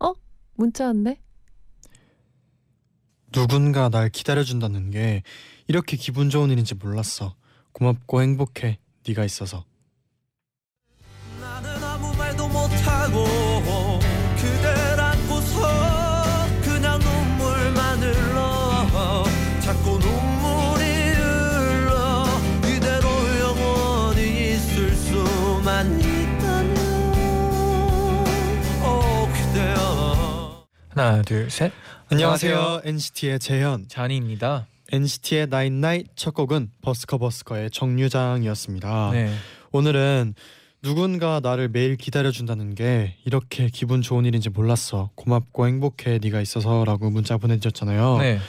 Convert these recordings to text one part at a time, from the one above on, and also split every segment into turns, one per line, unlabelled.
어? 문자 왔네.
누군가 날 기다려준다는 게 이렇게 기분 좋은 일인지 몰랐어. 고맙고 행복해. 네가 있어서.
나는 아무 말도 못하고 그댈 안고서 그냥 눈물만 흘러 자꾸 눈물이 흘러 이대로 영원히 있을 수만 있다면 어 그대여
하나, 둘, 셋.
안녕하세요. NCT의 재현.
잔이입니다.
NCT의 나잇나잇 첫 곡은 버스커 버스커의 정류장이었습니다.
네.
오늘은 누군가 나를 매일 기다려준다는 게 이렇게 기분 좋은 일인지 몰랐어. 고맙고 행복해. 네가 있어서라고 문자 보내주셨잖아요.
네.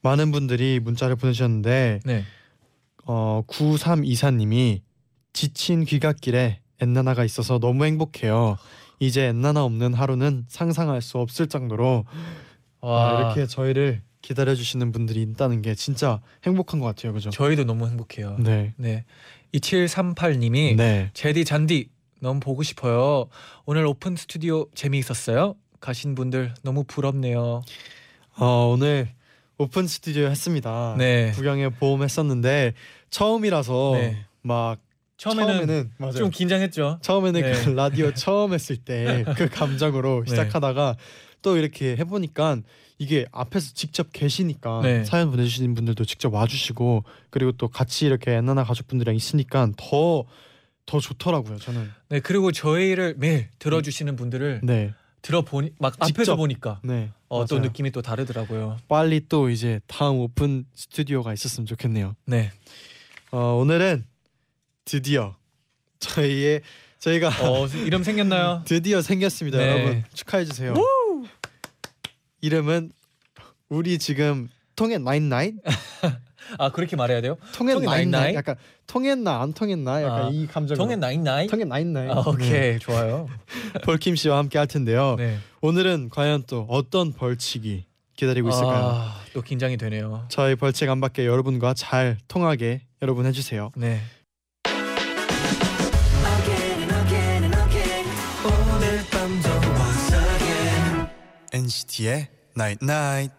많은 분들이 문자를 보내주셨는데
네.
어, 9324님이 지친 귀갓길에 엔나나가 있어서 너무 행복해요. 이제 엔나나 없는 하루는 상상할 수 없을 정도로
와,
아, 이렇게 저희를 기다려 주시는 분들이 있다는 게 진짜 행복한 것 같아요. 그죠?
저희도 너무 행복해요.
네.
네. 2738님이
네.
제디 잔디 너무 보고 싶어요. 오늘 오픈 스튜디오 재미있었어요. 가신 분들 너무 부럽네요.
어, 오늘 오픈 스튜디오 했습니다.
네.
구경에 보험 했었는데 처음이라서
네.
막
처음에는,
맞아요.
좀 긴장했죠.
처음에는
네.
그 라디오 처음 했을 때 그 감정으로
네.
시작하다가 또 이렇게 해보니까 이게 앞에서 직접 계시니까
네.
사연 보내주시는 분들도 직접 와주시고 그리고 또 같이 이렇게 엔나나 가족분들이랑 있으니까 더 더 좋더라고요 저는
네, 그리고 저희를 매일 들어주시는 분들을
네,
들어보니 막
직접.
앞에서 보니까
네
어, 또
맞아요.
느낌이 또 다르더라고요.
빨리 또 이제 다음 오픈 스튜디오가 있었으면 좋겠네요
네.
어, 오늘은 드디어 저희의 저희가
어, 이름 생겼나요?
드디어 생겼습니다
네.
여러분 축하해 주세요 이름은 우리 지금 통해 나잇나잇
아, 그렇게 말해야 돼요?
통해
통해
나잇나잇
나잇나잇?
약간 통했나 안 통했나 약간
아,
이 감정
정의 나잇나잇?
통해 나잇나잇
아, 오케이. 좋아요.
네. 벌킴 네. 씨와 함께 할 텐데요
네.
오늘은 과연 또 어떤 벌칙이 기다리고 있을까요
아, 또 긴장이 되네요.
저희 벌칙 안 밖에 여러분과 잘 통하게 여러분 해주세요
네.
Again and again and again 오늘 밤도 once again
NCT의 나잇나잇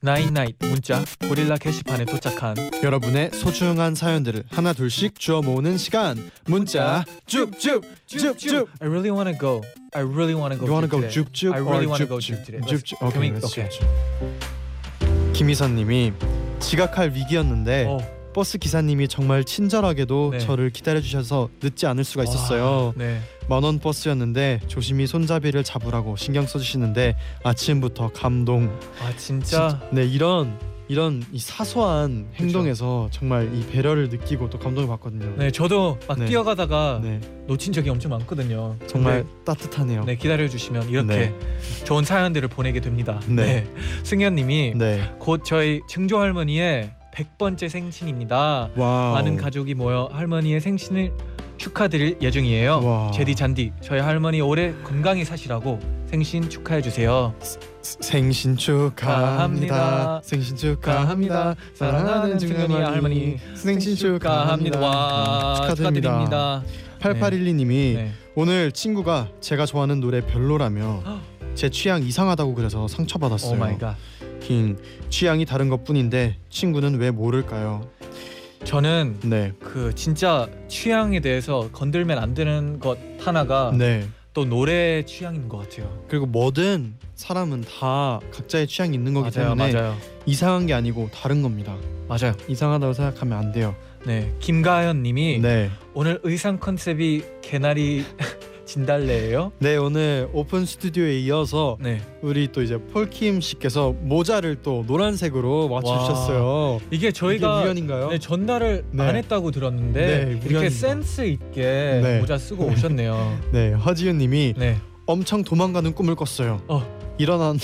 나잇나잇 문자 고릴라 게시판에 도착한
여러분의 소중한 사연들을 하나 둘씩 주워 모으는 시간 문자 쭉쭉 쭉쭉
I really wanna go. I really wanna go.
You wanna
to today.
go 줍줍
I
or
really wanna go
줍줍?
줍 today.
줍줍.
Let's-
오케이,
can we-
let's
okay.
줍줍. 김희선님이 지각할 위기였는데
어,
버스 기사님이 정말 친절하게도
네.
저를 기다려주셔서 늦지 않을
와,
수가 있었어요.
네.
만원 버스였는데 조심히 손잡이를 잡으라고 신경 써주시는데 아침부터 감동.
아 진짜.
진- 네 이런 이런 이 사소한 행동에서 정말 이 배려를 느끼고 또 감동을 받거든요.
네, 저도 막
네.
뛰어가다가
네,
놓친 적이 엄청 많거든요.
정말 따뜻하네요.
근데, 네, 기다려 주시면 이렇게 좋은 사연들을 보내게 됩니다.
네.
승현 님이
네.
곧 저희 증조 할머니의 100번째 생신입니다.
와.
많은 가족이 모여 할머니의 생신을 축하드릴 예정이에요.
와.
제디 잔디 저희 할머니 올해 건강히 사시라고 생신 축하해 주세요.
생신 축하합니다.
축하합니다.
생신 축하합니다. 사랑하는 중간이 할머니 생신 축하합니다. 음,
와
축하드립니다. 예,
축하드립니다.
8812님이
네.
오늘 친구가 제가 좋아하는 노래 별로라며 제 취향 이상하다고 그래서
오 마이
상처받았어요.
갓.
힝. 취향이 다른 것뿐인데 친구는 왜 모를까요?
저는
네.
그 진짜 취향에 대해서 건들면 안 되는 것 하나가
네.
또 노래 취향인 것 같아요.
그리고 뭐든 사람은 다 각자의 취향이 있는 거기
맞아요,
때문에
맞아요,
이상한 게 아니고 다른 겁니다.
맞아요.
이상하다고 생각하면 안 돼요.
네, 김가연님이
네.
오늘 의상 컨셉이 개나리 진달래예요?
네 오늘 오픈 스튜디오에 이어서
네.
우리 또 이제 폴킴 씨께서 모자를 또 노란색으로 맞추셨어요.
이게
이게
저희가
우연인가요?
네, 전달을
네.
안 했다고 들었는데
네,
이렇게
우연입니다.
센스 있게
네.
모자 쓰고 오셨네요.
네 허지윤님이
네.
엄청 도망가는 꿈을 꿨어요. 일어난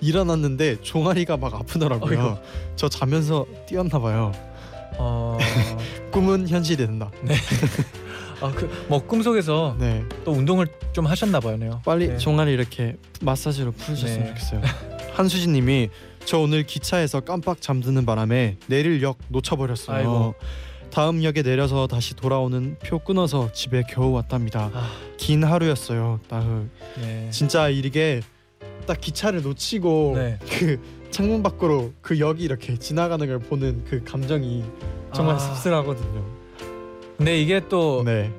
일어났는데 종아리가 막 아프더라고요.
어이구.
저 자면서 뛰었나 봐요.
어.
꿈은 현실이 된다.
아, 그뭐 꿈속에서
네,
또 운동을 좀 하셨나 봐요네요.
빨리
네.
종아리 이렇게 마사지로 풀으셨으면
네.
좋겠어요. 한수진님이 저 오늘 기차에서 깜빡 잠드는 바람에 내릴 역 놓쳐버렸어요.
아이고.
다음 역에 내려서 다시 돌아오는 표 끊어서 집에 겨우 왔답니다.
아,
긴 하루였어요. 나흐.
네.
진짜 이게 딱 기차를 놓치고
네.
그 창문 밖으로 그 역이 이렇게 지나가는 걸 보는 그 감정이 정말
아.
씁쓸하거든요.
근데 이게 또 네.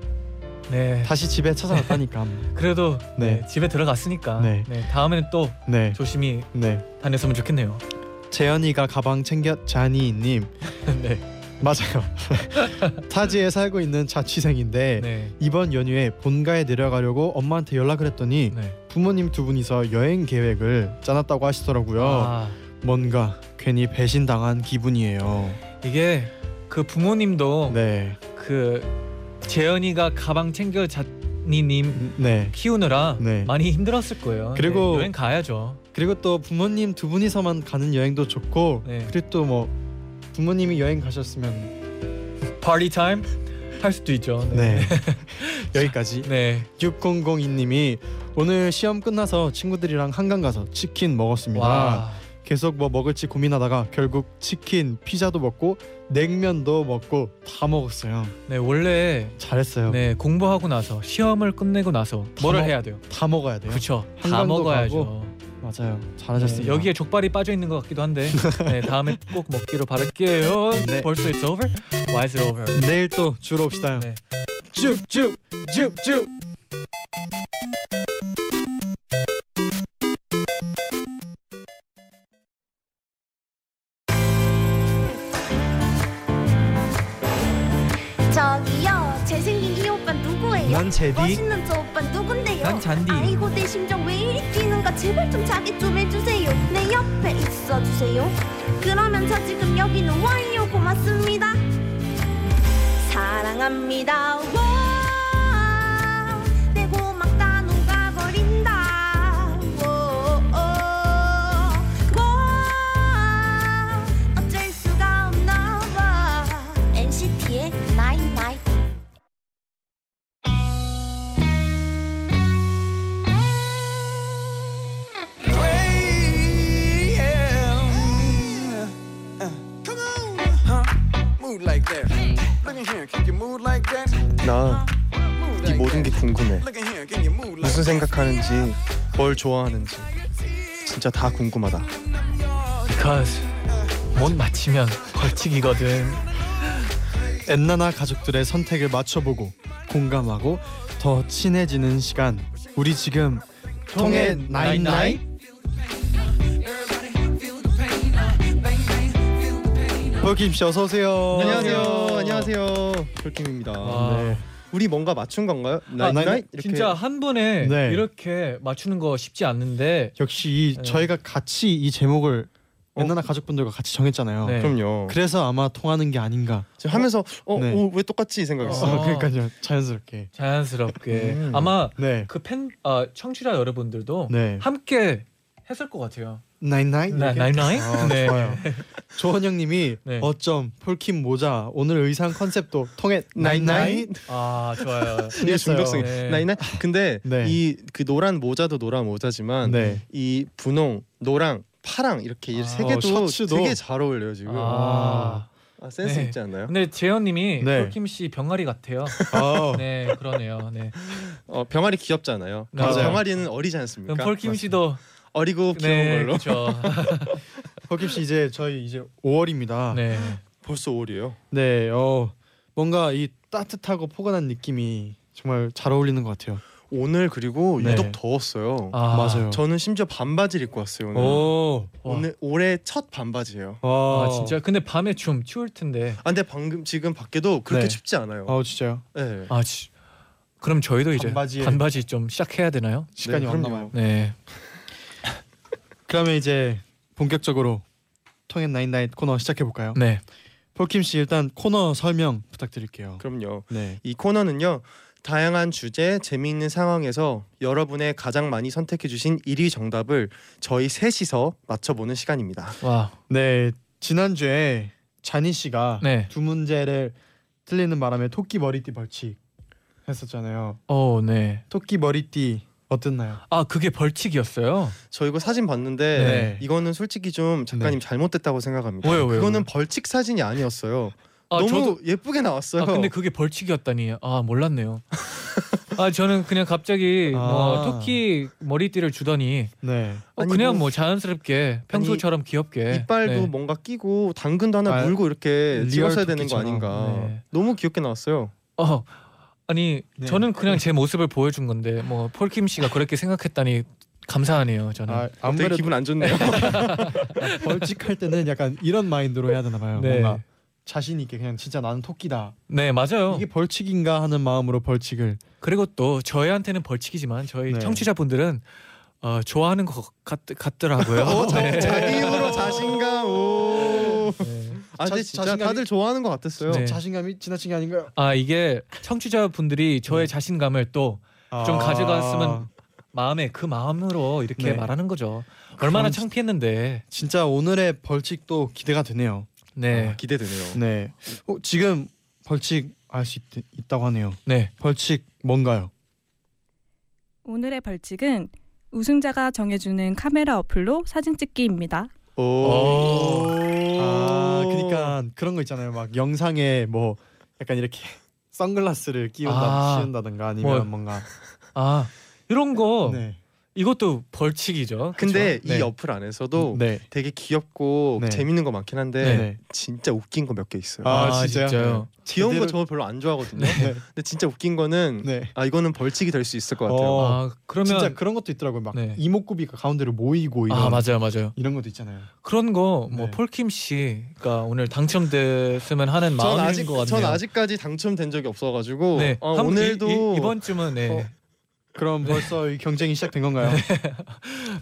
네. 다시 집에 찾아왔다니까.
그래도
네.
네, 집에 들어갔으니까
네.
네. 다음에는 또
네.
조심히
네.
다녔으면 좋겠네요.
재현이가 가방 챙겼 자니 님.
네.
맞아요. 타지에 살고 있는 자취생인데
네.
이번 연휴에 본가에 내려가려고 엄마한테 연락을 했더니
네.
부모님 두 분이서 여행 계획을 짜놨다고 하시더라고요.
아,
뭔가 괜히 배신당한 기분이에요.
아, 어. 이게 그 부모님도
네.
그 재현이가 가방 챙겨 자니님
네.
키우느라
네.
많이 힘들었을 거예요.
그리고-
네, 여행 가야죠.
그리고 또 부모님 두 분이서만 가는 여행도 좋고
네.
그리고 또 뭐 부모님이 여행 가셨으면
파티 타임 할 수도 있죠.
네. 여기까지
네.
6002님이 오늘 시험 끝나서 친구들이랑 한강 가서 치킨 먹었습니다.
와.
계속 뭐 먹을지 고민하다가 결국 치킨, 피자도 먹고 냉면도 먹고 다 먹었어요.
네, 원래
잘했어요.
네, 공부하고 나서 시험을 끝내고 나서
다
뭐를
먹-
해야 돼요?
다 먹어야 돼요.
그렇죠. 다
한강도
먹어야죠.
가고. 맞아요.
네,
잘하셨습니다.
여기에 족발이 빠져 있는 것 같기도 한데 네, 다음에 꼭 먹기로 바랄게요.
네.
벌써 it's over? Why is it over?
내일 또 주로 옵시다.
네.
쭉쭉쭉쭉.
저기요 잘생긴 이 오빠 누구예요?
난 제디.
멋있는 저 오빠 누군데요?
난 잔디.
아이고 내 심장 왜 이리 뛰는가 제발 좀 자기 좀 해주세요 내 옆에 있어주세요 그러면 저 지금 여기는 와요 고맙습니다 사랑합니다 와, 내 고막다 녹아버린다 오, 오, 와, 어쩔 수가 없나 봐 NCT의 나인 나인
Move like that. Look in here, can you move like that?
나 네
Move like
모든 게
that.
궁금해.
Look in here, can you move like that?
무슨 생각하는지, 뭘 좋아하는지 진짜 다 궁금하다.
Because 못 맞히면 벌칙이거든.
엔나나 가족들의 선택을 맞춰보고 공감하고 더 친해지는 시간. 우리 지금 통해 나인나이 폴킴 씨 어서 오세요.
어.
폴킴입니다.
와.
네.
우리 뭔가 맞춘 건가요?
아,
나잇나잇?
나잇?
이렇게
아, 진짜 한 번에
네.
이렇게 맞추는 거 쉽지 않는데
역시 이
네.
저희가 같이 이 제목을 엔나나 가족분들과 같이 정했잖아요.
네.
그럼요.
그래서 아마 통하는 게 아닌가.
지금 하면서 어,
네.
어, 왜 똑같지 생각했어.
어.
어, 그러니까요. 자연스럽게.
자연스럽게
음.
아마
네.
그 팬 아, 청취자 여러분들도
네.
함께 했을 것 같아요.
나인나잇.
나-
이렇게?
나잇나잇?
아,
네.
좋아요. 조원영님이
네.
어쩜 폴킴 모자 오늘 의상 컨셉도 통해
나잇나잇?
나인나인
아 좋아요.
이게
신기했어요.
중독성이
네.
나잇나잇. 근데
네.
이 그 노란 모자도 노란 모자지만
네.
이 분홍, 노랑, 파랑 이렇게
아,
세
어,
개도
셔츠도.
되게 잘 어울려요 지금.
아
아, 센스
네.
있지 않나요?
근데 재현님이
네.
폴킴 씨 병아리 같아요.
어.
네 그러네요. 네
어, 병아리 귀엽잖아요.
맞아요.
그래서 병아리는 어리지 않습니까?
그럼 폴킴 씨도
어리고 그러니까? 귀여운
네
걸로.
그렇죠.
폴킴 씨 이제 저희 이제 5월입니다. 네.
네
벌써 5월이에요.
어 뭔가 이 따뜻하고 포근한 느낌이 정말 잘 어울리는 것 같아요.
오늘 그리고
네.
유독 더웠어요.
아,
맞아요.
저는 심지어 반바지를 입고 왔어요
네.
오늘.
오.
와.
오늘 올해 첫 반바지예요.
와.
아 진짜 근데 밤에 좀 추울 텐데
아, 근데 방금 지금 밖에도 그렇게
네.
춥지 않아요.
아 진짜요?
네.
아 지, 그럼 저희도 이제
반바지에-
반바지 좀 시작해야 되나요?
시간이
네,
안
그럼요.
남아요.
네.
그러면 이제 본격적으로 통행 나인나인 코너 시작해 볼까요?
네.
폴킴 씨 일단 코너 설명 부탁드릴게요.
그럼요.
네.
이 코너는요. 다양한 주제, 재미있는 상황에서 여러분의 가장 많이 선택해 주신 1위 정답을 저희 셋이서 맞춰보는 시간입니다.
와.
네. 지난주에 자니 씨가
네.
두 문제를 틀리는 바람에 토끼 머리띠 벌칙 했었잖아요.
어, 네.
토끼 머리띠 어땠나요?
아, 그게 벌칙이었어요.
저 이거 사진 봤는데
네.
이거는 솔직히 좀 작가님 잘못됐다고 생각합니다.
어, 왜요, 왜요?
그거는 벌칙 사진이 아니었어요.
아,
너무
저도
예쁘게 나왔어요.
아, 근데 그게 벌칙이었다니. 아, 몰랐네요. 아, 저는 그냥 갑자기 뭐
아.
토끼 머리띠를 주더니
네.
어,
아니,
그냥
뭐-
뭐 자연스럽게 평소처럼 귀엽게
이빨도 뭐,
네.
뭔가 끼고 당근도 하나
아,
물고 이렇게
리얼
찍었어야 되는 거
토끼처럼.
아닌가.
네.
너무 귀엽게 나왔어요.
어 아니
네.
저는 그냥 제 모습을 보여준 건데 뭐 폴킴 씨가 그렇게 생각했다니 감사하네요 저는
아,
되게
아무래도
기분 안 좋네요.
벌칙할 때는 약간 이런 마인드로 해야 되나 봐요.
네.
뭔가 자신 있게 그냥 진짜 나는 토끼다.
네 맞아요
이게 벌칙인가 하는 마음으로 벌칙을
그리고 또 저희한테는 벌칙이지만 저희
네.
청취자분들은 어, 좋아하는 것 같, 같더라고요
어,
네.
자기 입으로 자신감. 오.
네.
아 근데
자-
진짜
자신감이-
다들 좋아하는 것 같았어요.
네.
자신감이 지나친 게 아닌가요?
아 이게 청취자분들이
네.
저의 자신감을 또 좀
아.
가져갔으면 마음에 그 마음으로 이렇게
네.
말하는 거죠 얼마나
그럼 진-
창피했는데
진짜 오늘의 벌칙도 기대가 되네요.
네
아, 기대되네요.
네. 어, 지금 벌칙 알 수 있다고 하네요.
네.
벌칙 뭔가요?
오늘의 벌칙은 우승자가 정해주는 카메라 어플로 사진 찍기입니다.
오.
오.
아, 그러니까 그런 거 있잖아요. 막 영상에 뭐 약간 이렇게 선글라스를
아.
끼운다, 씌운다든가 아니면
뭐.
뭔가
아 이런 거
네.
이것도 벌칙이죠.
근데
그쵸?
이
네.
어플 안에서도
네.
되게 귀엽고
네.
재밌는 거 많긴 한데
네. 네.
진짜 웃긴 거 몇 개 있어요.
아, 진짜요?
귀여운
그대로-
거 저 별로 안 좋아하거든요.
네.
근데 진짜 웃긴 거는
네.
아 이거는 벌칙이 될 수 있을 것 같아요.
어.
아 그러면
진짜 그런 것도 있더라고요. 막
네.
이목구비가 가운데로 모이고 이런
아 맞아요 맞아요.
이런 것도 있잖아요.
그런 거 뭐
네.
폴킴 씨가 오늘 당첨됐으면 하는
전
마음인
아직
것 같네요.
전 아직까지 당첨된 적이 없어가지고
네
어,
한- 이-
오늘도
이, 번쯤은 네.
어, 그럼 벌써 이 경쟁이 시작된 건가요?
네,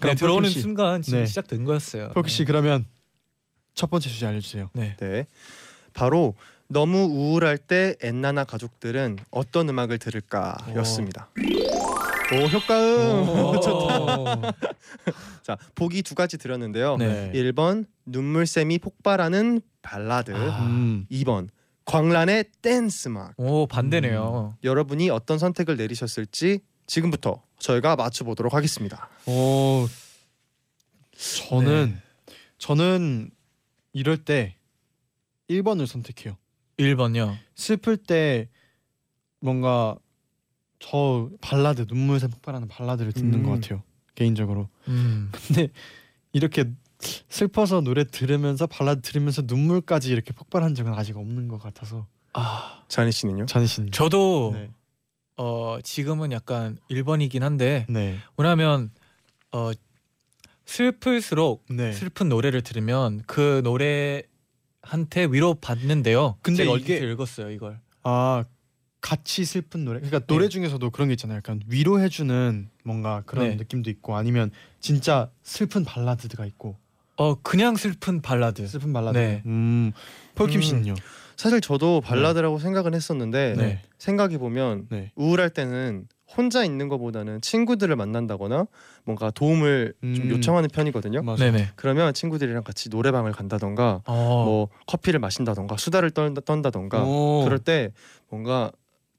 그럼
들어오는
폴킴 씨.
순간 지금
네.
시작된 거였어요.
폴킴 씨 그러면 첫 번째 주제 알려주세요.
네.
네 바로 너무 우울할 때 엔나나 가족들은 어떤 음악을 들을까였습니다. 오,
네.
효과음.
좋다.
자 보기 두 가지 드렸는데요.
네.
1번 눈물샘이 폭발하는 발라드.
아.
음.
2번 광란의 댄스 음악.
오
음.
반대네요.
여러분이 어떤 선택을 내리셨을지 지금부터 저희가 맞춰보도록 하겠습니다.
어 저는
네.
저는 이럴 때 1번을 선택해요.
1번요.
슬플 때 뭔가 저 발라드 눈물샘 폭발하는 발라드를 듣는
음.
것 같아요. 개인적으로
음.
이렇게 슬퍼서 노래 들으면서 발라드 들으면서 눈물까지 이렇게 폭발한 적은 아직 없는 것 같아서
아
자니 씨는요?
잔신.
저도
네.
어 지금은 약간 1번이긴 한데
네.
왜냐하면 어 슬플수록
네.
슬픈 노래를 들으면 그 노래한테 위로 받는데요.
근데
제가
이게-
어디서 읽었어요 이걸.
아 같이 슬픈 노래 그러니까 노래 중에서도 그런 게 있잖아요 약간 위로해주는 뭔가 그런
네.
느낌도 있고 아니면 진짜 슬픈 발라드가 있고
어 그냥 슬픈 발라드.
슬픈 발라드
네.
음 폴킴
음.
씨는요
사실 저도 발라드라고 생각은 했었는데
네.
생각해 보면
네.
우울할 때는 혼자 있는 것보다는 친구들을 만난다거나 뭔가 도움을 좀
음.
요청하는 편이거든요.
맞아요.
네네.
그러면 친구들이랑 같이 노래방을 간다던가
어.
뭐 커피를 마신다던가 수다를 떤다, 떤다던가
오.
그럴 때 뭔가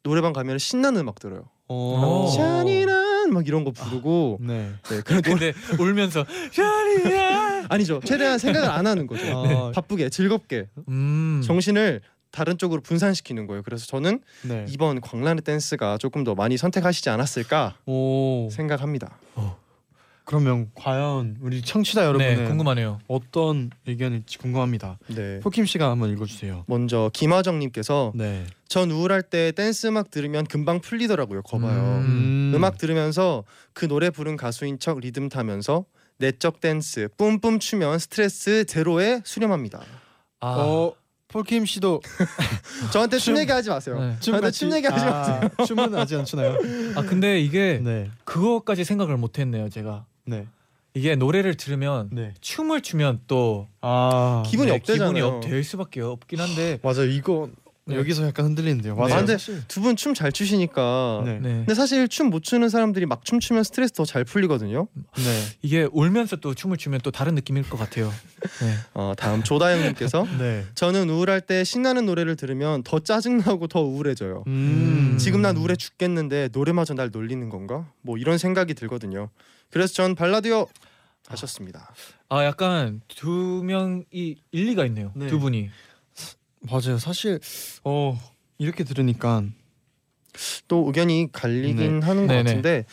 노래방 가면 신나는 음악 들어요.
오.
샤니란 막 이런 거 부르고
네.
네, 그런 노래
근데 울면서 샤리야.
아니죠. 최대한 생각을 안 하는 거죠.
아,
바쁘게 즐겁게
음.
정신을 다른 쪽으로 분산시키는 거예요. 그래서 저는
네.
이번 광란의 댄스가 조금 더 많이 선택하시지 않았을까
오.
생각합니다.
그러면 과연 우리 청취자 여러분은
네 궁금하네요.
어떤 의견일지 궁금합니다.
네.
폴킴 씨가 한번 읽어주세요.
먼저 김하정님께서
네.
전 우울할 때 댄스 음악 들으면 금방 풀리더라고요. 거봐요.
음.
음. 악 들으면서 그 노래 부른 가수인 척 리듬 타면서 내적 댄스 뿜뿜 추면 스트레스 제로에 수렴합니다.
아
어 폴킴 씨도
저한테 춤
춤.
얘기하지 마세요.
네.
저한테 춤 얘기하지
마세요. 아, 춤은 아직 안 추나요?
아 근데 이게
네.
그거까지 생각을 못했네요 제가.
네.
이게 노래를 들으면
네.
춤을 추면 또 네,
아.
기분- 기분이 업되잖아요.
기분이 업될 수밖에 없긴 한데.
맞아. 이거
네.
여기서 약간 흔들리는데요.
네.
맞아요.
근데 두 분 춤 잘 추시니까.
네. 네.
네.
근데 사실 춤 못 추는 사람들이 막 춤추면 스트레스 더 잘 풀리거든요.
네.
이게 울면서 또 춤을 추면 또 다른 느낌일 것 같아요. 네.
어, 다음 조다영님께서
네.
저는 우울할 때 신나는 노래를 들으면 더 짜증나고 더 우울해져요.
음.
지금 난 우울해 죽겠는데 노래마저 날 놀리는 건가? 뭐 이런 생각이 들거든요. 그래서 전 발라드요 하셨습니다.
아 약간 두 명이 일리가 있네요.
네.
두 분이.
맞아요. 사실 어 이렇게 들으니까
또 의견이 갈리긴 하는 것
네네.
같은데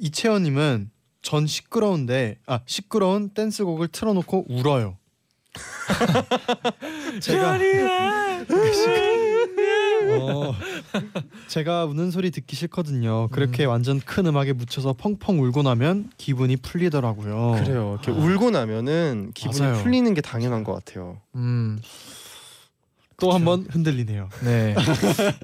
이채원님은 전 시끄러운데 아 시끄러운 댄스곡을 틀어놓고 울어요.
그
제가 어, 제가 우는 소리 듣기 싫거든요. 그렇게 완전 큰 음악에 묻혀서 펑펑 울고 나면 기분이 풀리더라고요.
그래요. 이렇게
아.
울고 나면은 기분이
맞아요.
풀리는 게 당연한 것 같아요.
음.
또 한 번 흔들리네요.
네.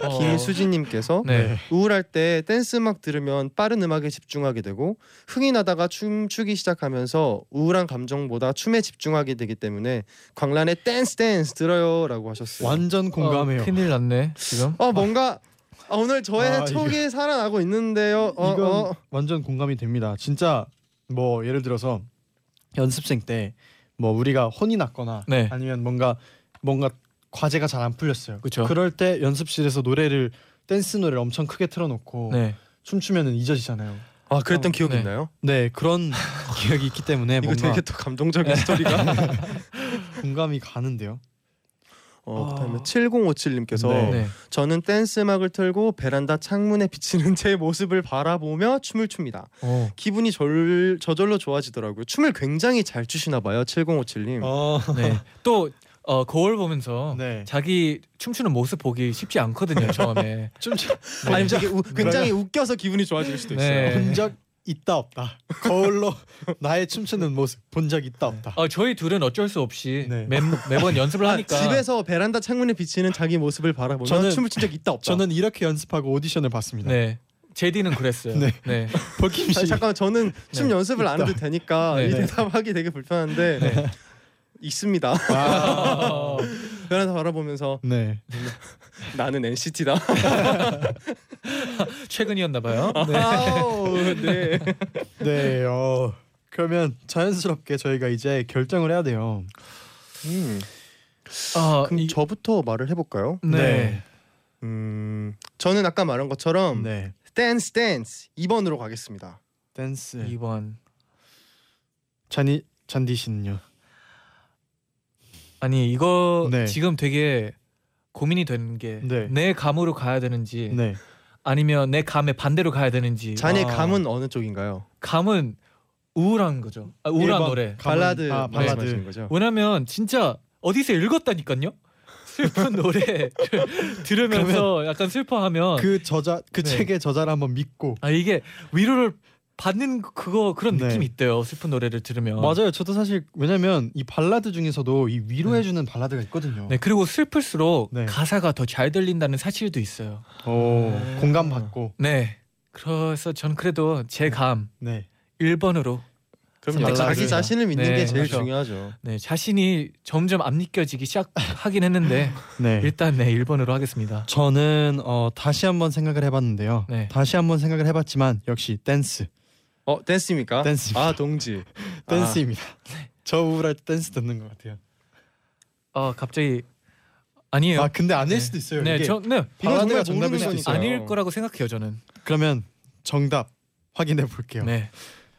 어,
김수진님께서
네.
우울할 때 댄스 음악 들으면 빠른 음악에 집중하게 되고 흥이 나다가 춤 추기 시작하면서 우울한 감정보다 춤에 집중하게 되기 때문에 광란의 댄스 댄스 들어요라고 하셨어요.
완전 공감해요.
어, 큰일 났네 지금.
어 뭔가 아, 오늘 저의
아,
촉이 살아나고 있는데요. 어,
이건
어.
완전 공감이 됩니다. 진짜 뭐 예를 들어서 연습생 때 뭐 우리가 혼이 났거나
네.
아니면 뭔가 뭔가 과제가 잘 안 풀렸어요.
그쵸.
그럴 때 연습실에서 노래를 댄스 노래를 엄청 크게 틀어놓고
네.
춤추면은 잊어지잖아요.
아 그랬던 기억이
네.
있나요?
네 그런 기억이 있기 때문에
이거
뭔가 네.
되게 또 감동적인 스토리가.
공감이 가는데요.
어,
아.
그다음에 7057님께서
네.
네.
저는 댄스 음악을 틀고 베란다 창문에 비치는 제 모습을 바라보며 춤을 춥니다.
어.
기분이 절, 저절로 좋아지더라고요. 춤을 굉장히 잘 추시나 봐요. 7057님.
어,
네. 또 어, 거울 보면서
네.
자기 춤추는 모습 보기 쉽지 않거든요 처음에.
춤추
아니면 되게 우- 굉장히 웃겨서 기분이 좋아질 수도 있어요.
네.
본적 있다 없다 거울로 나의 춤추는 모습 본 적 있다 없다.
어, 저희 둘은 어쩔 수 없이
네.
매, 매번 연습을 하니까.
아, 집에서 베란다 창문에 비치는 자기 모습을 바라보며
그러니까. 저는-
춤을 춘 적 있다 없다.
저는 이렇게 연습하고 오디션을 봤습니다.
네. 제디는 그랬어요.
네.
네.
버킴
아니,
씨
잠깐만 저는 춤 연습을 안 해도 되니까
네,
이
네.
대답하기 되게 불편한데 있습니다.
아.
어,
베란다 바라보면서
네.
나는 NCT다.
최근이었나 봐요. 네.
아우, 네.
네. 어. 그러면 자연스럽게 저희가 이제 결정을 해야 돼요.
음,
아,
그럼
이-
저부터 말을 해볼까요?
네.
음, 저는 아까 말한 것처럼
네.
댄스 댄스 2번으로 가겠습니다. 네.
댄스.
2번.
잔이 잔디 씨는요?
아니, 이거
네.
지금 되게 고민이 되는 게 내
네.
감으로 가야 되는지
네.
아니면 내 감의 반대로 가야 되는지.
잔의
아.
감은 어느 쪽인가요?
감은 우울한 거죠. 아, 우울한
1번.
노래.
감은-
발라드
아,
말씀하시는
발라드.
거죠?
왜냐면 진짜 어디서 읽었다니까요. 슬픈 노래 들으면서 약간 슬퍼하면
그 저자 그
네.
책의 저자를 한번 믿고
아 이게 위로를 받는 그거 그런
네.
느낌이 있대요. 슬픈 노래를 들으면.
맞아요. 저도 사실 왜냐면 이 발라드 중에서도 이 위로해 주는 발라드가 있거든요.
네 그리고 슬플수록
네.
가사가 더 잘 들린다는 사실도 있어요.
오, 공감 받고.
네. 그래서 전 그래도 제 감
네.
1번으로
그럼
발라드.
자기 자신을 믿는
네,
게 제일
그렇죠.
중요하죠.
네, 자신이 점점 안 느껴지기 시작하긴 했는데
네.
일단 네 1번으로 하겠습니다.
저는 어, 다시 한번 생각을 해봤는데요.
네.
다시 한번 생각을 해봤지만 역시 댄스,
어 댄스입니까?
댄스,
아 동지. 아,
댄스입니다. 저 우울할 때 댄스 듣는 것 같아요.
어 갑자기 아니에요.
아 근데 아닐
네.
수도 있어요.
네,
이게.
저, 네
발라드가
발라드가
정답일
정답일
수도
수도
있어요.
아닐 거라고 생각해요 저는.
그러면 정답 확인해 볼게요.
네.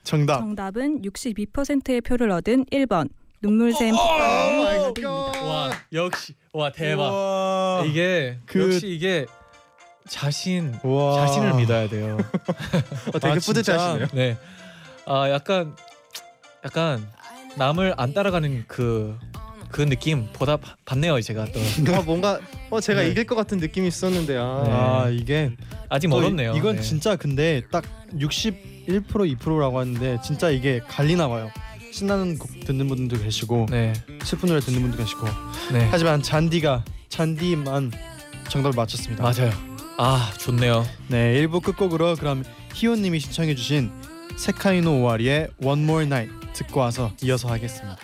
정답.
정답은 62%의 표를 얻은 1번 눈물샘 폭발의 노래입니다.
와 역시 와 대박.
우와.
이게
그-
역시 이게 자신
우와.
자신을 믿어야 돼요.
어, 되게
아, 진짜.
뿌듯하시네요.
네. 아 약간 약간 남을 안 따라가는 그 그 느낌 보다 받- 받네요 제가 또
아 뭔가 어 제가
네.
이길 것 같은 느낌이 있었는데 아.
네.
아 이게
아직
어,
또 이-
멀었네요.
이건
네.
진짜 근데 딱 61% 2%라고 하는데 진짜 이게 갈리나 봐요. 신나는 곡 듣는 분도 계시고
네,
슬픈 노래 듣는 분도 계시고
네.
하지만 잔디가 잔디만 정답을 맞췄습니다.
맞아요. 아 좋네요.
네, 1부 끝곡으로 그럼 희원 님이 신청해 주신 세카이노 오아리의 One More Night 듣고 와서 이어서 하겠습니다.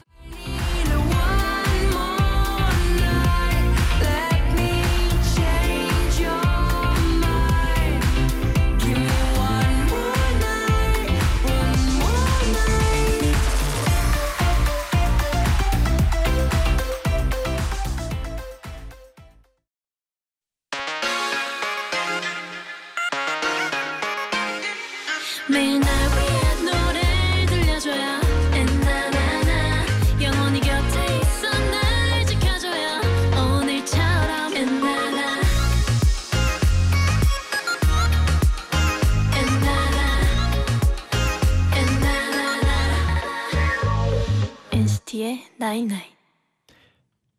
매일 날 위한 노래를 들려줘요 엔나나나 영원히 곁에 있어 날 지켜줘요 오늘처럼 엔나나 엔나나 엔나나나 NCT의 나잇나잇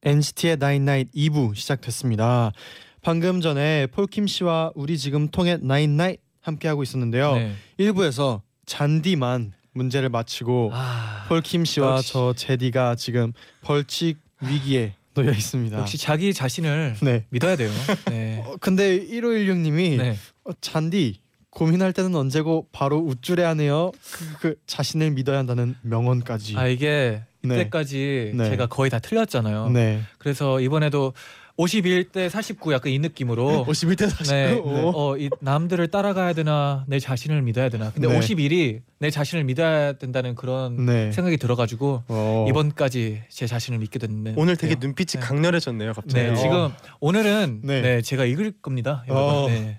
NCT의 나인나잇 2부 시작됐습니다. 방금 전에 폴킴 씨와 우리 지금 통해 나인나잇 함께 하고
어.
있었는데요.
네.
1부에서 잔디만 문제를 마치고
아
폴킴 씨와
역시.
저 제디가 지금 벌칙 위기에 놓여 있습니다.
역시 자기 자신을
네.
믿어야 돼요. 네.
어, 근데 1516님이
네.
어, 잔디 고민할 때는 언제고 바로 우쭐해하네요. 그, 그 자신을 믿어야 한다는 명언까지.
아 이게
네.
이때까지
네.
제가 거의 다 틀렸잖아요.
네.
그래서 이번에도 51대 49 약간 이 느낌으로
51대 49.
어. 네. 어, 이 남들을 따라가야 되나 내 자신을 믿어야 되나. 근데
네.
51이 내 자신을 믿어야 된다는 그런
네.
생각이 들어가지고
어.
이번까지 제 자신을 믿게 됐네.
오늘 되게
네.
눈빛이
네.
강렬해졌네요, 갑자기.
네,
어.
지금 오늘은
네.
네. 제가 이길 겁니다.
어.
여러분. 네.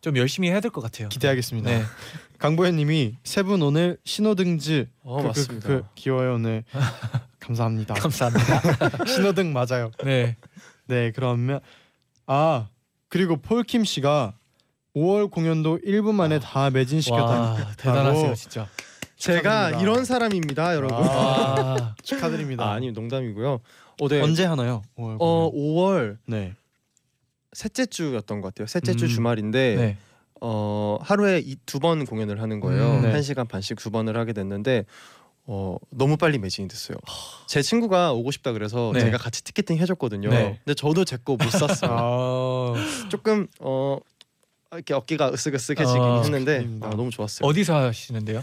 좀 열심히 해야 될 것 같아요.
기대하겠습니다.
네.
강보현님이 세 분 오늘 신호등즈
어,
그, 그,
맞습니다.
그, 귀여워요 오늘 감사합니다.
감사합니다.
신호등 맞아요.
네.
네 그러면 아 그리고 폴킴 씨가 5월 공연도 1분 만에 다 매진시켰다니
와,
아.
대단하세요, 진짜.
제가
축하드립니다.
이런 사람입니다,
아.
여러분.
와.
축하드립니다.
아, 아니 농담이고요. 어, 네.
언제 하나요? 5월
어,
공연.
5월
네.
셋째 주였던 것 같아요. 셋째
음.
주 주말인데
네.
어, 하루에 두 번 공연을 하는 거예요.
음,
네.
한 시간 반씩 두 번을 하게 됐는데 어, 너무 빨리 매진이 됐어요. 제 친구가 오고 싶다 그래서
네.
제가 같이 티켓팅 해줬거든요.
네.
근데 저도 제 거 못 샀어요.
아
조금 어, 이렇게 어깨가 으쓱으쓱해지긴
아,
했는데
그렇군요.
아, 너무 좋았어요.
어디서 하시는데요?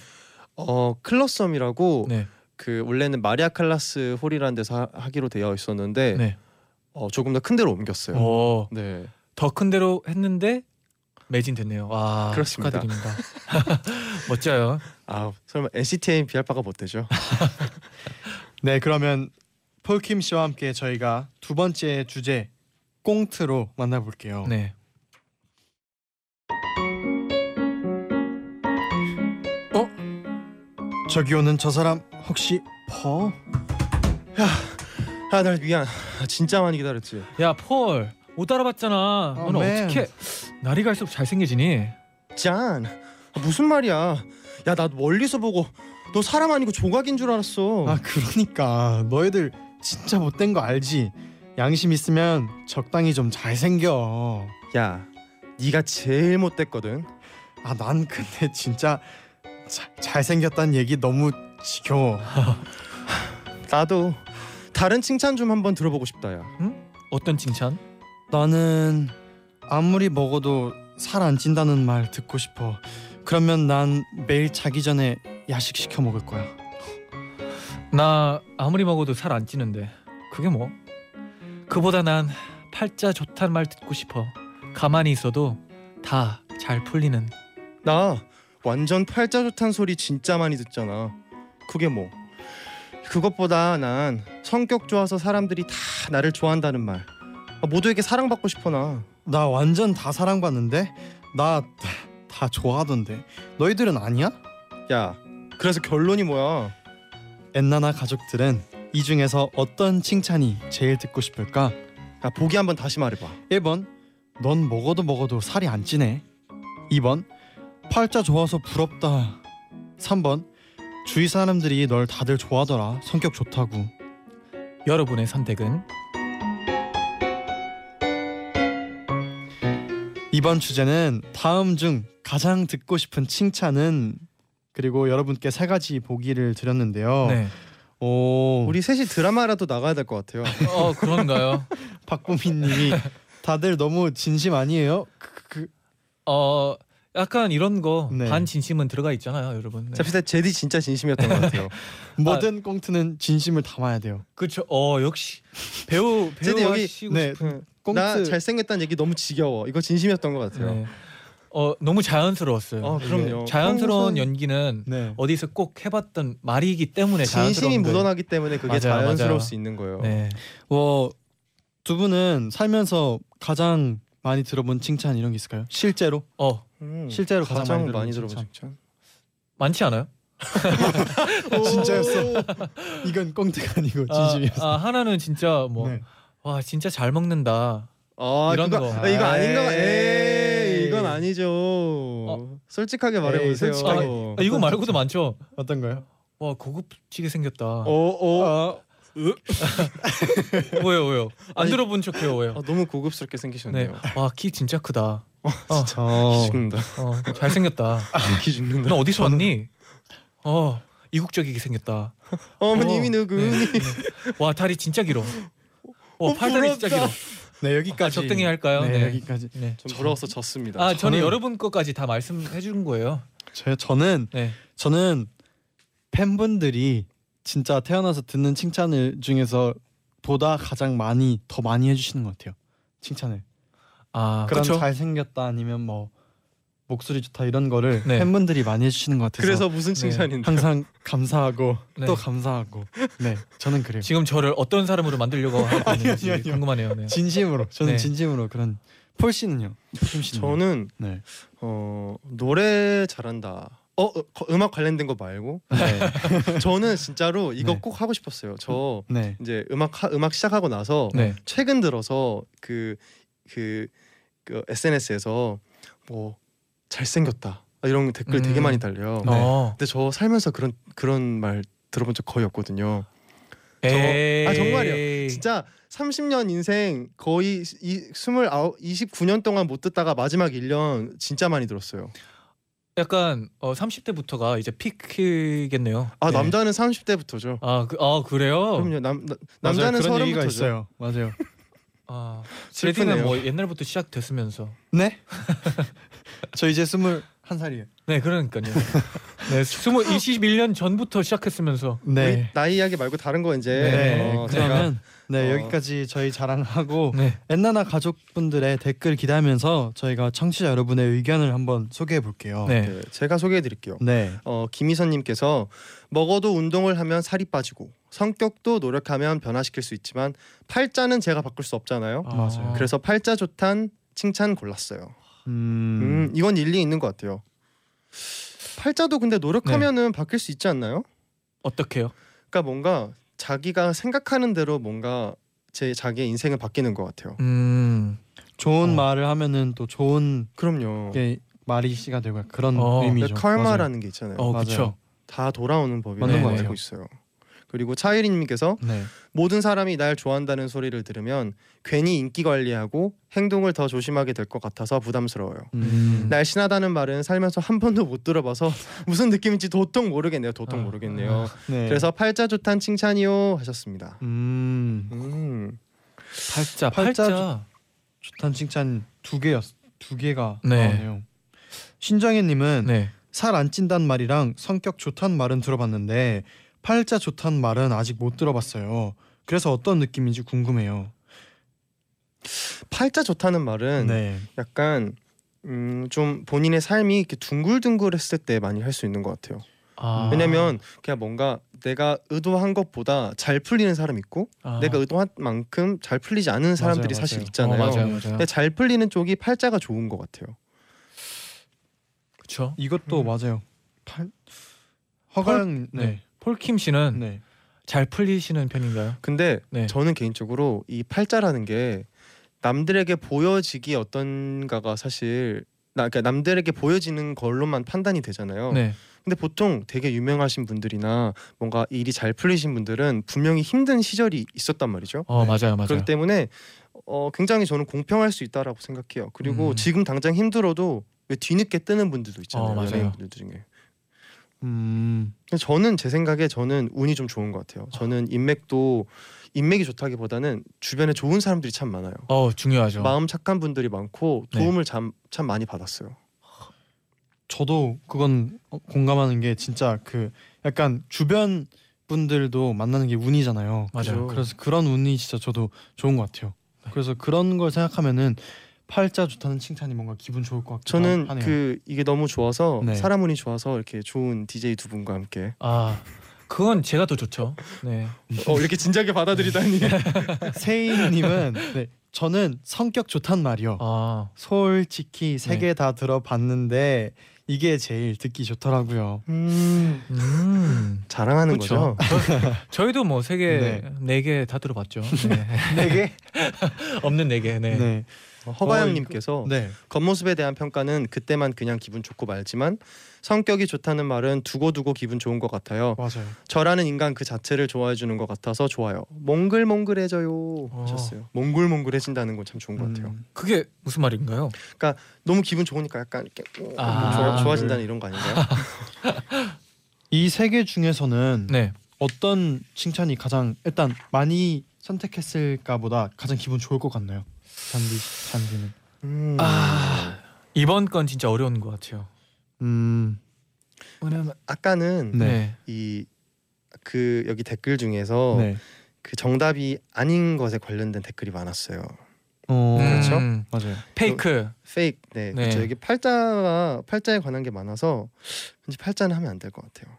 어, 클럽섬이라고
뭐.
네.
그 원래는 마리아 칼라스 홀이라는 데서 하, 기로 되어 있었는데
네.
어, 조금 더 큰 데로 옮겼어요.
오.
네.
더 큰 대로 했는데 매진됐네요. 와.
그렇습니다.
축하드립니다. 멋져요.
아 설마 NCT에 비할 바가 못 되죠?
네 그러면 폴킴 씨와 함께 저희가 두 번째 주제 꽁트로 만나볼게요.
네.
저기 오는 저 사람 혹시 퍼?
아 날 미안. 아, 진짜 많이 기다렸지.
야, 폴. 못 따라봤잖아.
아,
너는
맨.
어떻게 날이 갈수록 잘생겨지니?
짠. 아, 무슨 말이야? 야 나 멀리서 보고 너 사람 아니고 조각인 줄 알았어.
아 그러니까 너희들 진짜 못된 거 알지? 양심 있으면 적당히 좀 잘생겨.
야 네가 제일 못됐거든.
아 난 근데 진짜 자, 잘생겼다는 얘기 너무 지겨워.
나도 다른 칭찬 좀 한번 들어보고 싶다 야.
어떤 칭찬?
나는 아무리 먹어도 살 안 찐다는 말 듣고 싶어. 그러면 난 매일 자기 전에 야식 시켜 먹을 거야.
나 아무리 먹어도 살 안 찌는데 그게 뭐? 그보다 난 팔자 좋단 말 듣고 싶어. 가만히 있어도 다 잘 풀리는.
나 완전 팔자 좋단 소리 진짜 많이 듣잖아. 그게 뭐? 그것보다 난 성격 좋아서 사람들이 다 나를 좋아한다는 말. 아, 모두에게 사랑받고 싶어 나.
나 완전 다 사랑받는데 나 다 좋아하던데 너희들은 아니야?
야, 그래서 결론이 뭐야?
엔나나 가족들은 이 중에서 어떤 칭찬이 제일 듣고 싶을까?
야, 아, 보기 한번 다시 말해봐.
1번 넌 먹어도 먹어도 살이 안 찌네 2번 팔자 좋아서 부럽다 3번 주위 사람들이 널 다들 좋아하더라 성격 좋다고
여러분의 선택은?
이번 주제는 다음 중 가장
어.
듣고 싶은 칭찬은 그리고 여러분께 세 가지 보기를 드렸는데요
네.
오 우리
우리 셋이 드라마라도 나가야 될 것 같아요.
어 그런가요?
박보민님이 다들 너무 진심 아니에요? 그, 그,
어 약간 이런 거
네.
반 진심은 들어가 있잖아요, 여러분. 네.
잡시다 제디 진짜 진심이었던 것 같아요.
뭐든 꽁트는 진심을 담아야 돼요.
그렇죠. 어 역시 배우 배우
쟤네 여기-
하시고
네,
싶은.
꽁트
나 잘생겼다는 얘기 너무 지겨워. 이거 진심이었던 것 같아요.
네. 어 너무 자연스러웠어요.
아 그럼요.
자연스러운
평소엔
연기는
네.
어디서 꼭 해봤던 말이기 때문에
진심이
자연스러운 거예요.
묻어나기 때문에 그게
맞아요,
자연스러울
맞아요.
수 있는 거예요.
네.
뭐, 두 분은 살면서 가장 많이 들어본 칭찬 이런 게 있을까요? 실제로
어
음,
실제로 가장 많이
많이
들어본
들어보죠. 칭찬.
많지 않아요?
진짜였어. 이건 꽁트가 아니고
아,
진심이었어.
아, 하나는 진짜 뭐.
네.
와 진짜 잘 먹는다.
아
이런
그거
거.
아, 이거 아닌가?
에이.
에이 이건 아니죠. 솔직하게
에이,
말해보세요. 어,
솔직하게.
오,
아, 이거 말고도 많죠.
어떤 거요?
와 고급지게 생겼다.
오.
어,
왜요 왜요? 안
아니,
들어본 척해요 왜요?
아, 너무 고급스럽게 생기셨네요.
와 키 진짜 크다.
저
기 죽는다.
어, 잘 생겼다.
기 죽는다.
너 어디서 왔니? 어 이국적이게 생겼다.
어머님이
어,
누구니?
네, 네. 와 다리 진짜 길어. 와
어,
팔다리 진짜 길어.
부럽다.
네 여기까지.
아, 적당히 할까요?
네,
네.
여기까지.
네.
전 부러워서 졌습니다.
아 저는 여러분 것까지 다 말씀해 준 거예요.
저 저는
네.
저는 팬분들이 진짜 태어나서 듣는 칭찬을 중에서 보다 가장 많이 더 많이 해주시는 것 같아요. 칭찬을.
아
그런
그렇죠.
잘생겼다 아니면 뭐 목소리 좋다 이런 거를
네.
팬분들이 많이 해주시는 것 같아서
그래서 무슨
네.
칭찬인데?
항상 감사하고
네.
또 감사하고 네 저는 그래요.
지금 저를 어떤 사람으로 만들려고 하고 있는지
아니, 아니요.
궁금하네요. 네.
진심으로 저는
네.
진심으로 그런 폴 씨는요. 폴 씨는
저는
네.
어 노래 잘한다. 어 어, 거- 음악 관련된 거 말고 저는 진짜로 이거
네.
꼭 하고 싶었어요. 저
네.
이제 음악 하, 음악 시작하고 나서
네.
최근 들어서 그 그, 그 SNS에서 뭐 잘생겼다 이런 댓글 되게
음.
많이 달려요.
네.
어.
근데 저 살면서 그런 그런 말 들어본 적 거의 없거든요.
에이.
예.
아, 정말이요. 진짜 30년 인생 거의 이, 29, 29년 동안 못 듣다가 마지막 1년 진짜 많이 들었어요.
약간 어 30대부터가 이제 피크겠네요.
아
네.
남자는 30대부터죠.
아, 그, 아 그래요?
그럼요. 남, 나, 남자는
어. 맞아요. 그런 얘기가
30부터죠.
있어요. 맞아요.
아,
슬프네요.
레디는 뭐 옛날부터 시작됐으면서.
네. 저 이제 스물 한 살이에요.
네, 그러니까요. 네, 20 21년 전부터 시작했으면서.
네.
우리 나이 이야기 말고 다른 거 이제
네,
어, 제가
그러면 네
어.
여기까지 저희 자랑하고
네.
엔나나 가족분들의 댓글 기대하면서 저희가 청취자 여러분의 의견을 한번 소개해 볼게요.
네.
네, 제가 소개해 드릴게요.
네.
어, 김희선님께서 먹어도 운동을 하면 살이 빠지고 성격도 노력하면 변화시킬 수 있지만 팔자는 제가 바꿀 수 없잖아요.
아,
맞아요.
그래서 팔자 좋단 칭찬 골랐어요.
음.
음, 이건 일리 있는 것 같아요. 팔자도 근데
네.
노력하면은 바뀔 수 있지 않나요?
어떻게요?
그러니까 뭔가 자기가 생각하는 대로 뭔가 제 자기의 인생은 바뀌는 것 같아요.
음.
좋은
어.
말을 하면은 또 좋은
그럼요.
게 말이 씨가 되고 약간 그런
어.
의미죠. 맞아요.
칼마라는 네, 게 있잖아요.
어,
맞아요.
그렇죠.
다 돌아오는 법이라고
맞는
것
알고
같아요.
있어요. 그리고 차유리님께서
네.
모든 사람이 날 좋아한다는 소리를 들으면 괜히 인기 관리하고 행동을 더 조심하게 될 것 같아서 부담스러워요.
음.
날씬하다는 말은 살면서 한 번도 못 들어봐서 무슨 느낌인지 도통 모르겠네요. 도통
아,
모르겠네요.
네.
그래서 팔자 좋단 칭찬이요 하셨습니다.
음.
음.
팔자,
팔자
팔자.
좋단 칭찬 두 개였 두 개가
네.
나오네요. 신정혜 님은
네.
살 안 찐단 말이랑 성격 좋단 말은 들어봤는데 팔자 좋단 말은 아직 못 들어봤어요. 그래서 어떤 느낌인지 궁금해요.
팔자 좋다는 말은
네.
약간 음, 좀 본인의 삶이 이렇게 둥글둥글했을 때 많이 할 수 있는 것 같아요.
아.
왜냐면 그냥 뭔가 내가 의도한 것보다 잘 풀리는 사람 있고
아.
내가 의도한 만큼 잘 풀리지 않은 사람들이
맞아요,
사실
맞아요.
있잖아요.
어, 맞아요, 맞아요.
근데 잘 풀리는 쪽이 팔자가 좋은 것 같아요.
그렇죠.
이것도
음.
맞아요. 팔 허강
네. 폴킴 씨는
네.
잘 풀리시는 편인가요?
근데
네.
저는 개인적으로 이 팔자라는 게 남들에게 보여지기 어떤가가 사실 나 그러니까 남들에게 보여지는 걸로만 판단이 되잖아요.
네.
근데 보통 되게 유명하신 분들이나 뭔가 일이 잘 풀리신 분들은 분명히 힘든 시절이 있었단 말이죠.
어, 맞아요, 맞아요.
네. 그렇기 때문에 어, 굉장히 저는 공평할 수 있다라고 생각해요. 그리고
음.
지금 당장 힘들어도 왜 뒤늦게 뜨는 분들도 있잖아요.
어, 맞아요.
연예인분들 중에
음.
근데 저는 제 생각에 저는 운이 좀 좋은 것 같아요. 저는 인맥도 인맥이 좋다기보다는 주변에 좋은 사람들이 참 많아요.
어 중요하죠.
마음 착한 분들이 많고
네.
도움을 참, 참 많이 받았어요.
저도 그건 어, 공감하는 게 진짜 그 약간 주변 분들도 만나는 게 운이잖아요.
맞아요.
그래서 그런 운이 진짜 저도 좋은 것 같아요. 그래서 그런 걸 생각하면은 팔자 좋다는 칭찬이 뭔가 기분 좋을 것 같기도
저는
하네요.
그 이게 너무 좋아서
네.
사람 운이 좋아서 이렇게 좋은 DJ 두 분과 함께
아 그건 제가 더 좋죠. 네.
어, 이렇게 진지하게 받아들이다니.
세인님은 네, 저는 성격 좋단 말이요.
아
솔직히 세 개 다 들어봤는데 이게 제일 듣기 좋더라고요.
음,
음.
자랑하는
그쵸.
거죠.
저희도 뭐 세 개
네.
네 개 다 들어봤죠. 네.
네 개.
없는 네 개. 네.
네.
어,
허가영님께서
네.
겉모습에 대한 평가는 그때만 그냥 기분 좋고 말지만 성격이 좋다는 말은 두고두고 기분 좋은 것 같아요.
맞아요.
저라는 인간 그 자체를 좋아해 주는 것 같아서 좋아요. 몽글몽글해져요. 하셨어요. 몽글몽글해진다는 건 참 좋은 것 같아요.
음,
그게 무슨 말인가요?
너무 기분 좋으니까 약간 이렇게 오,
아,
좋아, 좋아진다는 이런 거 아닌가요?
이세 개 중에서는
네.
어떤 칭찬이 가장 일단 많이 선택했을까보다 가장 기분 좋을 것 같나요? 잔디 잔디는.
음.
아 이번 건 진짜 어려운 것 같아요.
음.
왜냐면
아까는
네.
이 그 여기 댓글 중에서
네.
그 정답이 아닌 것에 관련된 댓글이 많았어요.
어.
그렇죠?
음,
맞아요.
페이크.
페이크. 네,
네.
그렇죠. 여기 팔자가 팔자에 관한 게 많아서 왠지 팔자는 하면 안 될 것 같아요.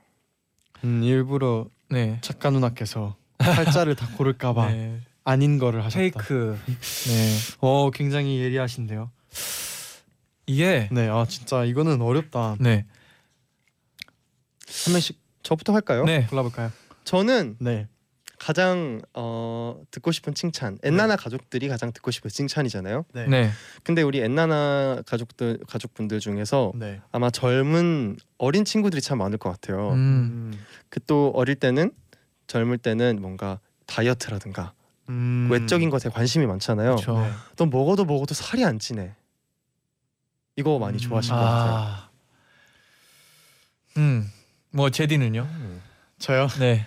음, 일부러
네.
작가 누나께서 팔자를 다 고를까봐
네.
아닌 거를 하셨다.
페이크. 네.
어 굉장히 예리하신데요.
이게
네, 아 진짜 이거는 어렵다.
네.
한 명씩
저부터 할까요?
네.
골라볼까요?
저는
네,
가장 어, 듣고 싶은 칭찬 엔나나 가족들이 가장 듣고 싶은 칭찬이잖아요.
네,
네.
근데 우리 엔나나 가족들 가족분들 중에서
네.
아마 젊은 어린 친구들이 참 많을 것 같아요.
음.
음,
그 또 어릴 때는 젊을 때는 뭔가 다이어트라든가
음.
외적인 것에 관심이 많잖아요.
그렇죠.
네.
또 먹어도 먹어도 살이 안 찌네. 이거
음.
많이 좋아하실 것 같아요.
아. 음. 뭐 제디는요?
음.
저요?
네.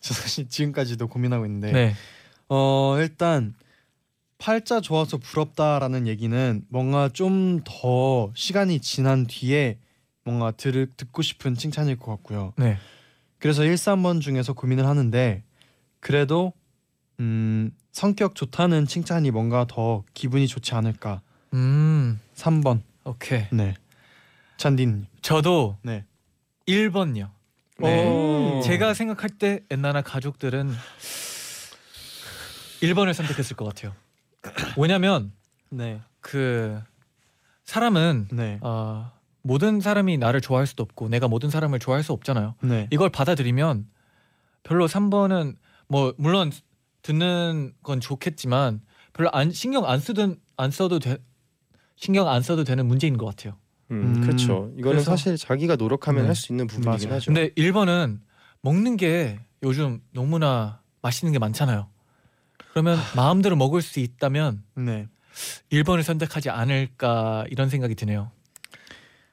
저 사실 지금까지도 고민하고 있는데,
네.
어 일단 팔자 좋아서 부럽다라는 얘기는 뭔가 좀 더 시간이 지난 뒤에 뭔가 들 듣고 싶은 칭찬일 것 같고요.
네.
그래서 1, 3번 중에서 고민을 하는데 그래도 음, 성격 좋다는 칭찬이 뭔가 더 기분이 좋지 않을까.
음.
3번.
오케이.
네. 잔디님.
저도
네.
1번요.
어.
네. 제가 생각할 때 엔나나 가족들은 1번을 선택했을 것 같아요. 왜냐면
네.
그 사람은
네.
아 모든 사람이 나를 좋아할 수도 없고 내가 모든 사람을 좋아할 수 없잖아요.
네.
이걸 받아들이면 별로 3번은 뭐 물론 듣는 건 좋겠지만 별로 안 신경 안 쓰든 안 써도 돼 신경 안 써도 되는 문제인 것 같아요.
음,
음.
그렇죠. 이거는
그래서-
사실 자기가 노력하면
네.
할 수 있는 부분이긴
맞아요.
하죠.
근데 1번은 먹는 게 요즘 너무나 맛있는 게 많잖아요. 그러면 마음대로 먹을 수 있다면
네.
1번을 선택하지 않을까 이런 생각이 드네요.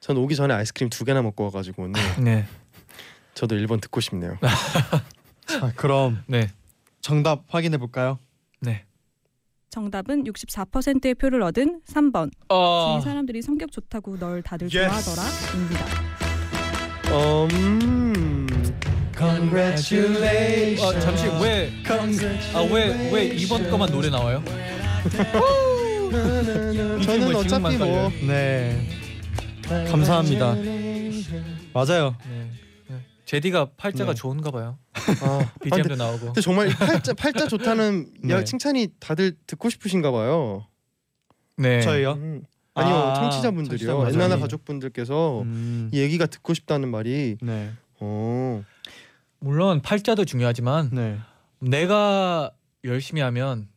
전 오기 전에 아이스크림 두 개나 먹고 와가지고 오늘
네.
저도 1번 듣고 싶네요.
자, 그럼
네.
정답 확인해 볼까요?
네.
정답은 64%의 표를 얻은 3번.
어.
주위 사람들이 성격 좋다고 널 다들
Yes.
좋아하더라입니다.
음.
아, 잠시 왜 아 왜 왜 2번 거만 노래 나와요? 뭐
저는
지금만
어차피 뭐
네. 감사합니다. 맞아요.
네. 네. 제디가 팔자가
네.
좋은가 봐요.
아,
BGM도 나오고.
근데 정말 팔자 팔자 좋다는 야,
네.
칭찬이 다들 듣고 싶으신가 봐요.
네.
저희요.
음. 아니요
아,
청취자분들이요.
청취자분들.
옛날나 가족분들께서
음.
이 얘기가 듣고 싶다는 말이
네.
어,
물론 팔자도 중요하지만
네.
내가 열심히 하면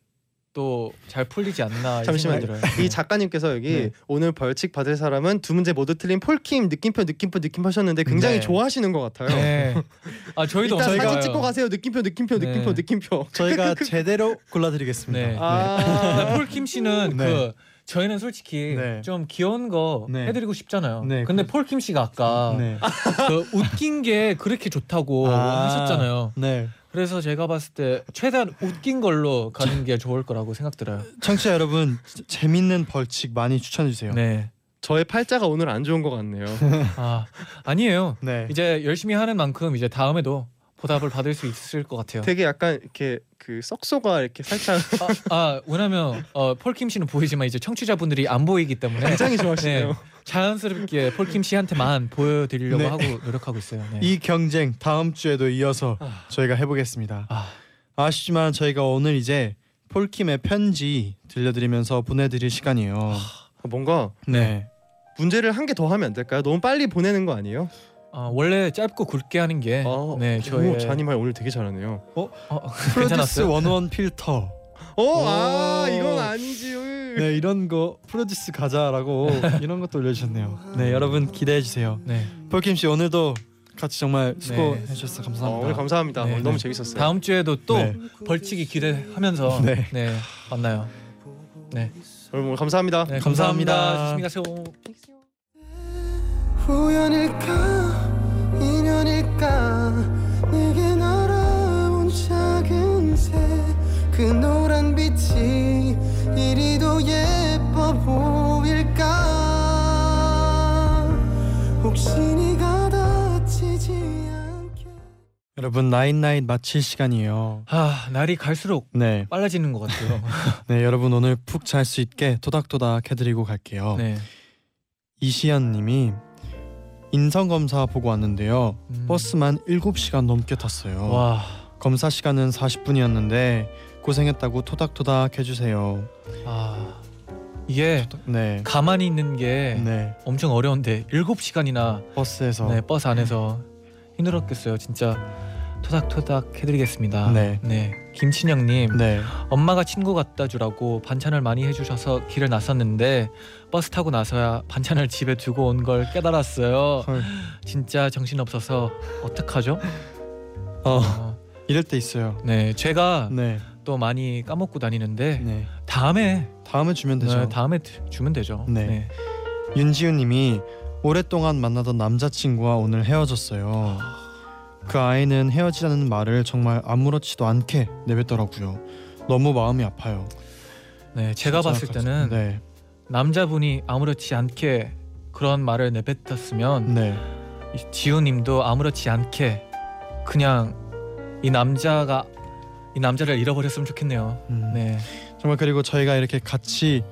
또 잘 풀리지 않나 이
잠시만요.
아, 생각이 들어요.
이 작가님께서 여기
네.
오늘 벌칙 받을 사람은 두 문제 모두 틀린 폴킴 느낌표 느낌표 느낌 하셨는데 굉장히
네.
좋아하시는 것 같아요.
네. 아 저희도 엄청
일단 어. 사진
좋아요.
찍고 가세요. 느낌표 느낌표
네.
느낌표 느낌표. 네.
저희가 제대로 골라드리겠습니다.
네.
아,
폴킴 씨는
네.
그 저희는 솔직히
네.
좀 귀여운 거
네.
해드리고 싶잖아요.
네,
근데
그-
폴킴 씨가 아까
네.
그 웃긴 게 그렇게 좋다고
아.
하셨잖아요.
네.
그래서 제가 봤을 때 최대한 웃긴 걸로 가는 게 좋을 거라고 생각들어요.
청취자 여러분 재밌는 벌칙 많이 추천해 주세요. 네.
네.
저의 팔자가 오늘 안 좋은 것 같네요.
아 아니에요.
네.
이제 열심히 하는 만큼 이제 다음에도 보답을 받을 수 있을 것 같아요.
되게 약간 이렇게 그 썩소가 이렇게 살짝
아, 아 왜냐면 어, 폴킴 씨는 보이지만 이제 청취자분들이 안 보이기 때문에
굉장히 좋아하시네요.
네, 자연스럽게 폴킴 씨한테만 보여드리려고
네.
하고 노력하고 있어요. 네.
이 경쟁 다음 주에도 이어서
아.
저희가 해보겠습니다.
아.
아쉽지만 저희가 오늘 이제 폴킴의 편지 들려드리면서 보내드릴 시간이에요.
아,
아, 뭔가
네.
문제를 한 개 더 하면 안 될까요? 너무 빨리 보내는 거 아니에요?
아, 원래 짧고 굵게 하는 게
아,
네,
오,
저의
잔이말 오늘 되게 잘하네요.
어,
프로듀스
괜찮았어요?
원원 필터.
오, 아
오.
이건 아니지.
네 이런 거 프로듀스 가자라고 이런 것도 올려주셨네요. 네 여러분 기대해 주세요.
네.
폴킴 씨 오늘도 같이 정말 수고해 주셔서
어,
감사합니다.
오늘 감사합니다.
네,
오늘 너무
네.
재밌었어요.
다음 주에도 또
네.
벌칙이 기대하면서 네,
네.
만나요. 네,
여러분 오늘 감사합니다.
네
감사합니다.
감사합니다. 조심히 가세요.
우연일까 인연일까 내게 날아온 작은 새그 노란 빛이 이리도 예뻐 보일까 혹시 네가 다치지 않게
여러분 나인나인 마칠 시간이에요.
아 날이 갈수록
네,
빨라지는 것 같아요.
네 여러분 오늘 푹 잘 수 있게 토닥토닥 해드리고 갈게요.
네.
이시연님이 인성 검사 보고 왔는데요.
음.
버스만 7시간 넘게 탔어요.
와,
검사 시간은 40분이었는데 고생했다고 토닥토닥 해주세요.
아 이게
네,
가만히 있는 게
네
엄청 어려운데 7시간이나
버스에서
네, 버스 안에서 힘들었겠어요. 진짜 토닥토닥 해드리겠습니다.
네.
김친영님
네.
엄마가 친구 갖다 주라고 반찬을 많이 해주셔서 길을 나섰는데 버스 타고 나서야 반찬을 집에 두고 온 걸 깨달았어요.
헐.
진짜 정신 없어서 어떡하죠?
어
어,
이럴 때 있어요.
네, 제가
네,
또 많이 까먹고 다니는데
네.
다음에
다음에 주면 되죠.
네, 다음에 드- 주면 되죠.
네. 윤지우님이 오랫동안 만나던 남자친구와 오늘 헤어졌어요. 그 아이는 헤어지라는 말을 정말 아무렇지도 않게 내뱉더라고요. 너무 마음이 아파요.
네, 제가
진짜
봤을
감사-
때는
네,
남자분이 아무렇지 않게 그런 말을 내뱉었으면
네,
이 지우님도 아무렇지 않게 그냥 이 남자가 이 남자를 잃어버렸으면 좋겠네요.
음.
네,
정말 그리고 저희가 이렇게 같이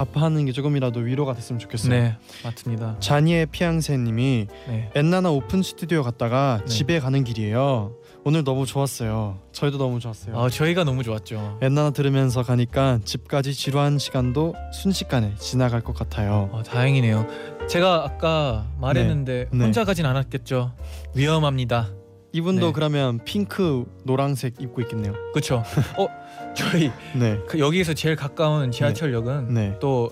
아파하는 게 조금이라도 위로가 됐으면 좋겠어요.
네, 맞습니다.
자니의 피앙새님이
네,
엔나나 오픈 스튜디오 갔다가
네.
집에 가는 길이에요. 오늘 너무 좋았어요. 저희도 너무 좋았어요.
아 저희가 너무 좋았죠.
엔나나 들으면서 가니까 집까지 지루한 시간도 순식간에 지나갈 것 같아요.
어, 다행이네요. 제가 아까 말했는데
네.
혼자 가진 않았겠죠. 위험합니다.
이분도
네.
그러면 핑크 노란색 입고 있겠네요.
그렇죠. 어, 저희
네,
그 여기에서 제일 가까운 지하철역은
네,
또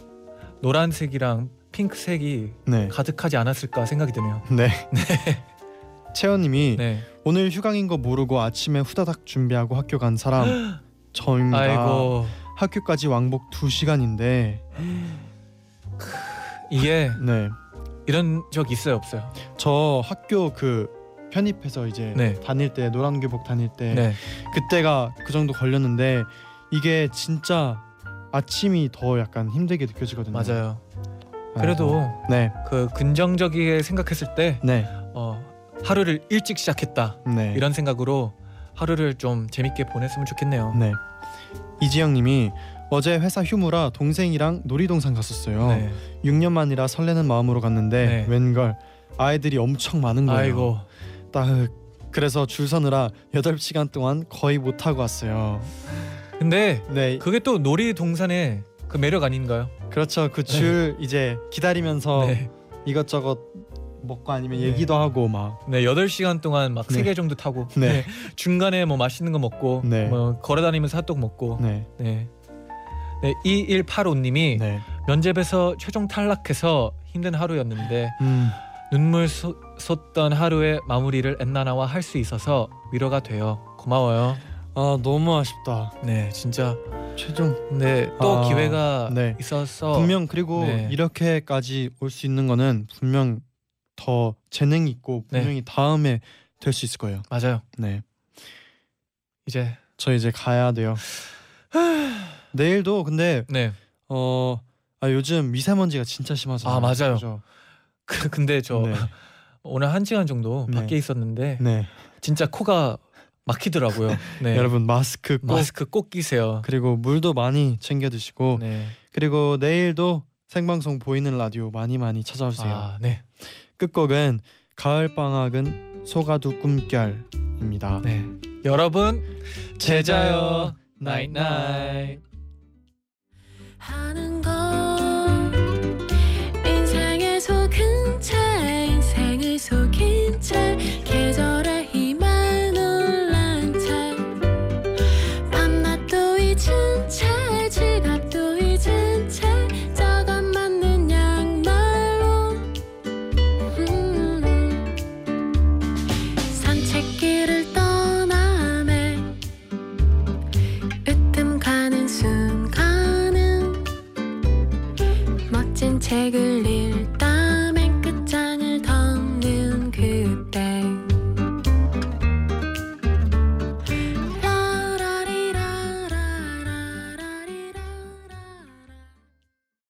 노란색이랑 핑크색이
네,
가득하지 않았을까 생각이 드네요.
네. 채연님이
네.
오늘 휴강인 거 모르고 아침에 후다닥 준비하고 학교 간 사람 저입니다.
아이고
학교까지 왕복 2 시간인데,
이게
네,
이런 적 있어요 없어요?
저 학교 그 편입해서 이제
네.
다닐 때 노란 교복 다닐 때
네. 네.
그때가 그 정도 걸렸는데 이게 진짜 아침이 더 약간 힘들게 느껴지거든요.
맞아요.
아이고.
그래도
네,
그 긍정적이게 생각했을 때
네,
어, 하루를 일찍 시작했다
네.
이런 생각으로 하루를 좀 재밌게 보냈으면 좋겠네요.
네. 이지영님이 어제 회사 휴무라 동생이랑 놀이동산 갔었어요.
네.
6년 만이라 설레는 마음으로 갔는데
네.
웬걸 아이들이 엄청 많은 거예요.
아이고
따흑. 그래서 줄 서느라 8시간 동안 거의 못 타고 왔어요.
근데
네.
그게 또 놀이동산의 그 매력 아닌가요?
그, 렇죠 그 줄 이제 기다리면서
네.
이것저것 먹고 아니면
네.
얘기도 하고 막
네, 8시간 동안 막
네.
3개 정도 타고
네.
네. 중간에 뭐 맛있는 거 먹고
네.
뭐 걸어 다니면서 핫도그 먹고
네.
네. 네, 2185님이
네.
면접에서 최종 탈락해서 힘든 하루였는데
음.
눈물 쏟- 쏟던 하루의 마무리를 엔나나와 할 수 있어서 위로가 돼요. 고마워요.
아 너무 아쉽다.
네 진짜
최종
네 또
아,
기회가
네.
있어서
분명 그리고
네.
이렇게까지 올 수 있는 거는 분명 더 재능 이 있고
네.
분명히 다음에 될 수 있을 거예요.
맞아요
네,
이제
저 이제 가야 돼요. 내일도 근데
네
어. 아 요즘 미세먼지가 진짜 심하잖아요.
아, 맞아요.
그죠?
그- 근데 저
네.
오늘 한 시간 정도
네.
밖에 있었는데
네.
진짜 코가 막히더라고요 네
여러분 마스크 꼭
마스크 꼭 끼세요
그리고 물도 많이 챙겨 드시고
네
그리고 내일도 생방송 보이는 라디오 많이 많이 찾아주세요.
아, 네.
끝곡은 가을 방학은 소가두 꿈결입니다.
네. 여러분 제자요
나잇 나잇.
하는 건 인생의 속은 채 인생을 속인 채 계절의 힘만 올라온 채 밤낮도 잊은 채 지갑도 잊은 채 저가 맞는 양말로 음. 산책길을 떠나매 으뜸 가는 순간은 멋진 책을 읽다